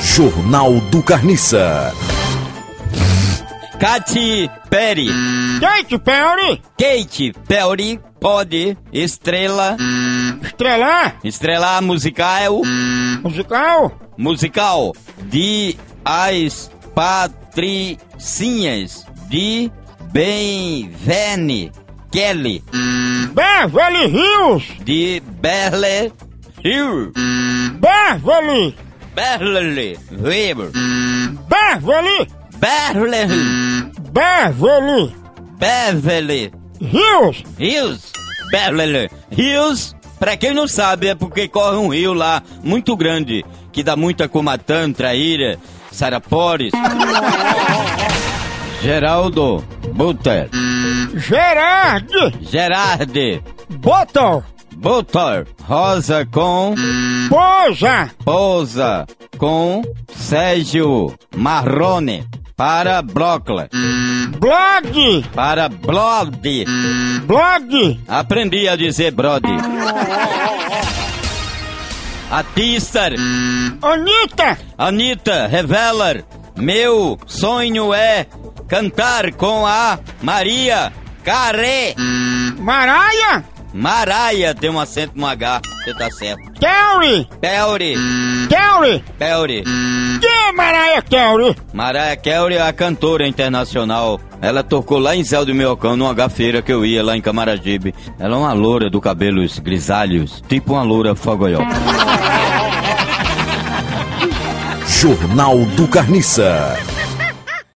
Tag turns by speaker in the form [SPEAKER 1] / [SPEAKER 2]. [SPEAKER 1] Jornal do Carniça.
[SPEAKER 2] Katy Perry.
[SPEAKER 3] Kate Perry,
[SPEAKER 2] Kate Perry pode estrela,
[SPEAKER 3] estrela,
[SPEAKER 2] estrelar musical,
[SPEAKER 3] musical,
[SPEAKER 2] musical de As Patricinhas de Benvene Kelly
[SPEAKER 3] Beverly Hills,
[SPEAKER 2] de Berle Hill.
[SPEAKER 3] Beverly,
[SPEAKER 2] Berle Weber.
[SPEAKER 3] Beverly,
[SPEAKER 2] Berle
[SPEAKER 3] Beverly
[SPEAKER 2] Beverly
[SPEAKER 3] Hills,
[SPEAKER 2] Rios, Beverly Rios, pra quem não sabe, é porque corre um rio lá muito grande, que dá muita Comatã, Traíra, Sarapores. Geraldo Butter,
[SPEAKER 3] Gerard
[SPEAKER 2] Gerard
[SPEAKER 3] Bottle,
[SPEAKER 2] Butter, Rosa com
[SPEAKER 3] Posa,
[SPEAKER 2] Pousa com Sérgio Marrone. Para Brocla,
[SPEAKER 3] Blog,
[SPEAKER 2] para Blod,
[SPEAKER 3] Blog,
[SPEAKER 2] aprendi a dizer Brod. Artista,
[SPEAKER 3] Anitta,
[SPEAKER 2] Anitta Reveler, meu sonho é cantar com a Maria Carê.
[SPEAKER 3] Mariah,
[SPEAKER 2] Maraia tem um acento no H, você tá certo.
[SPEAKER 3] Carey,
[SPEAKER 2] Pelri,
[SPEAKER 3] Carey,
[SPEAKER 2] Pelri.
[SPEAKER 3] que Mariah Carey?
[SPEAKER 2] Maraia Kelly é a cantora internacional. Ela tocou lá em Zé do Miocão, numa gafeira que eu ia lá em Camaragibe. Ela é uma loura do cabelos grisalhos, tipo uma loura fogoió.
[SPEAKER 1] Jornal do Carniça.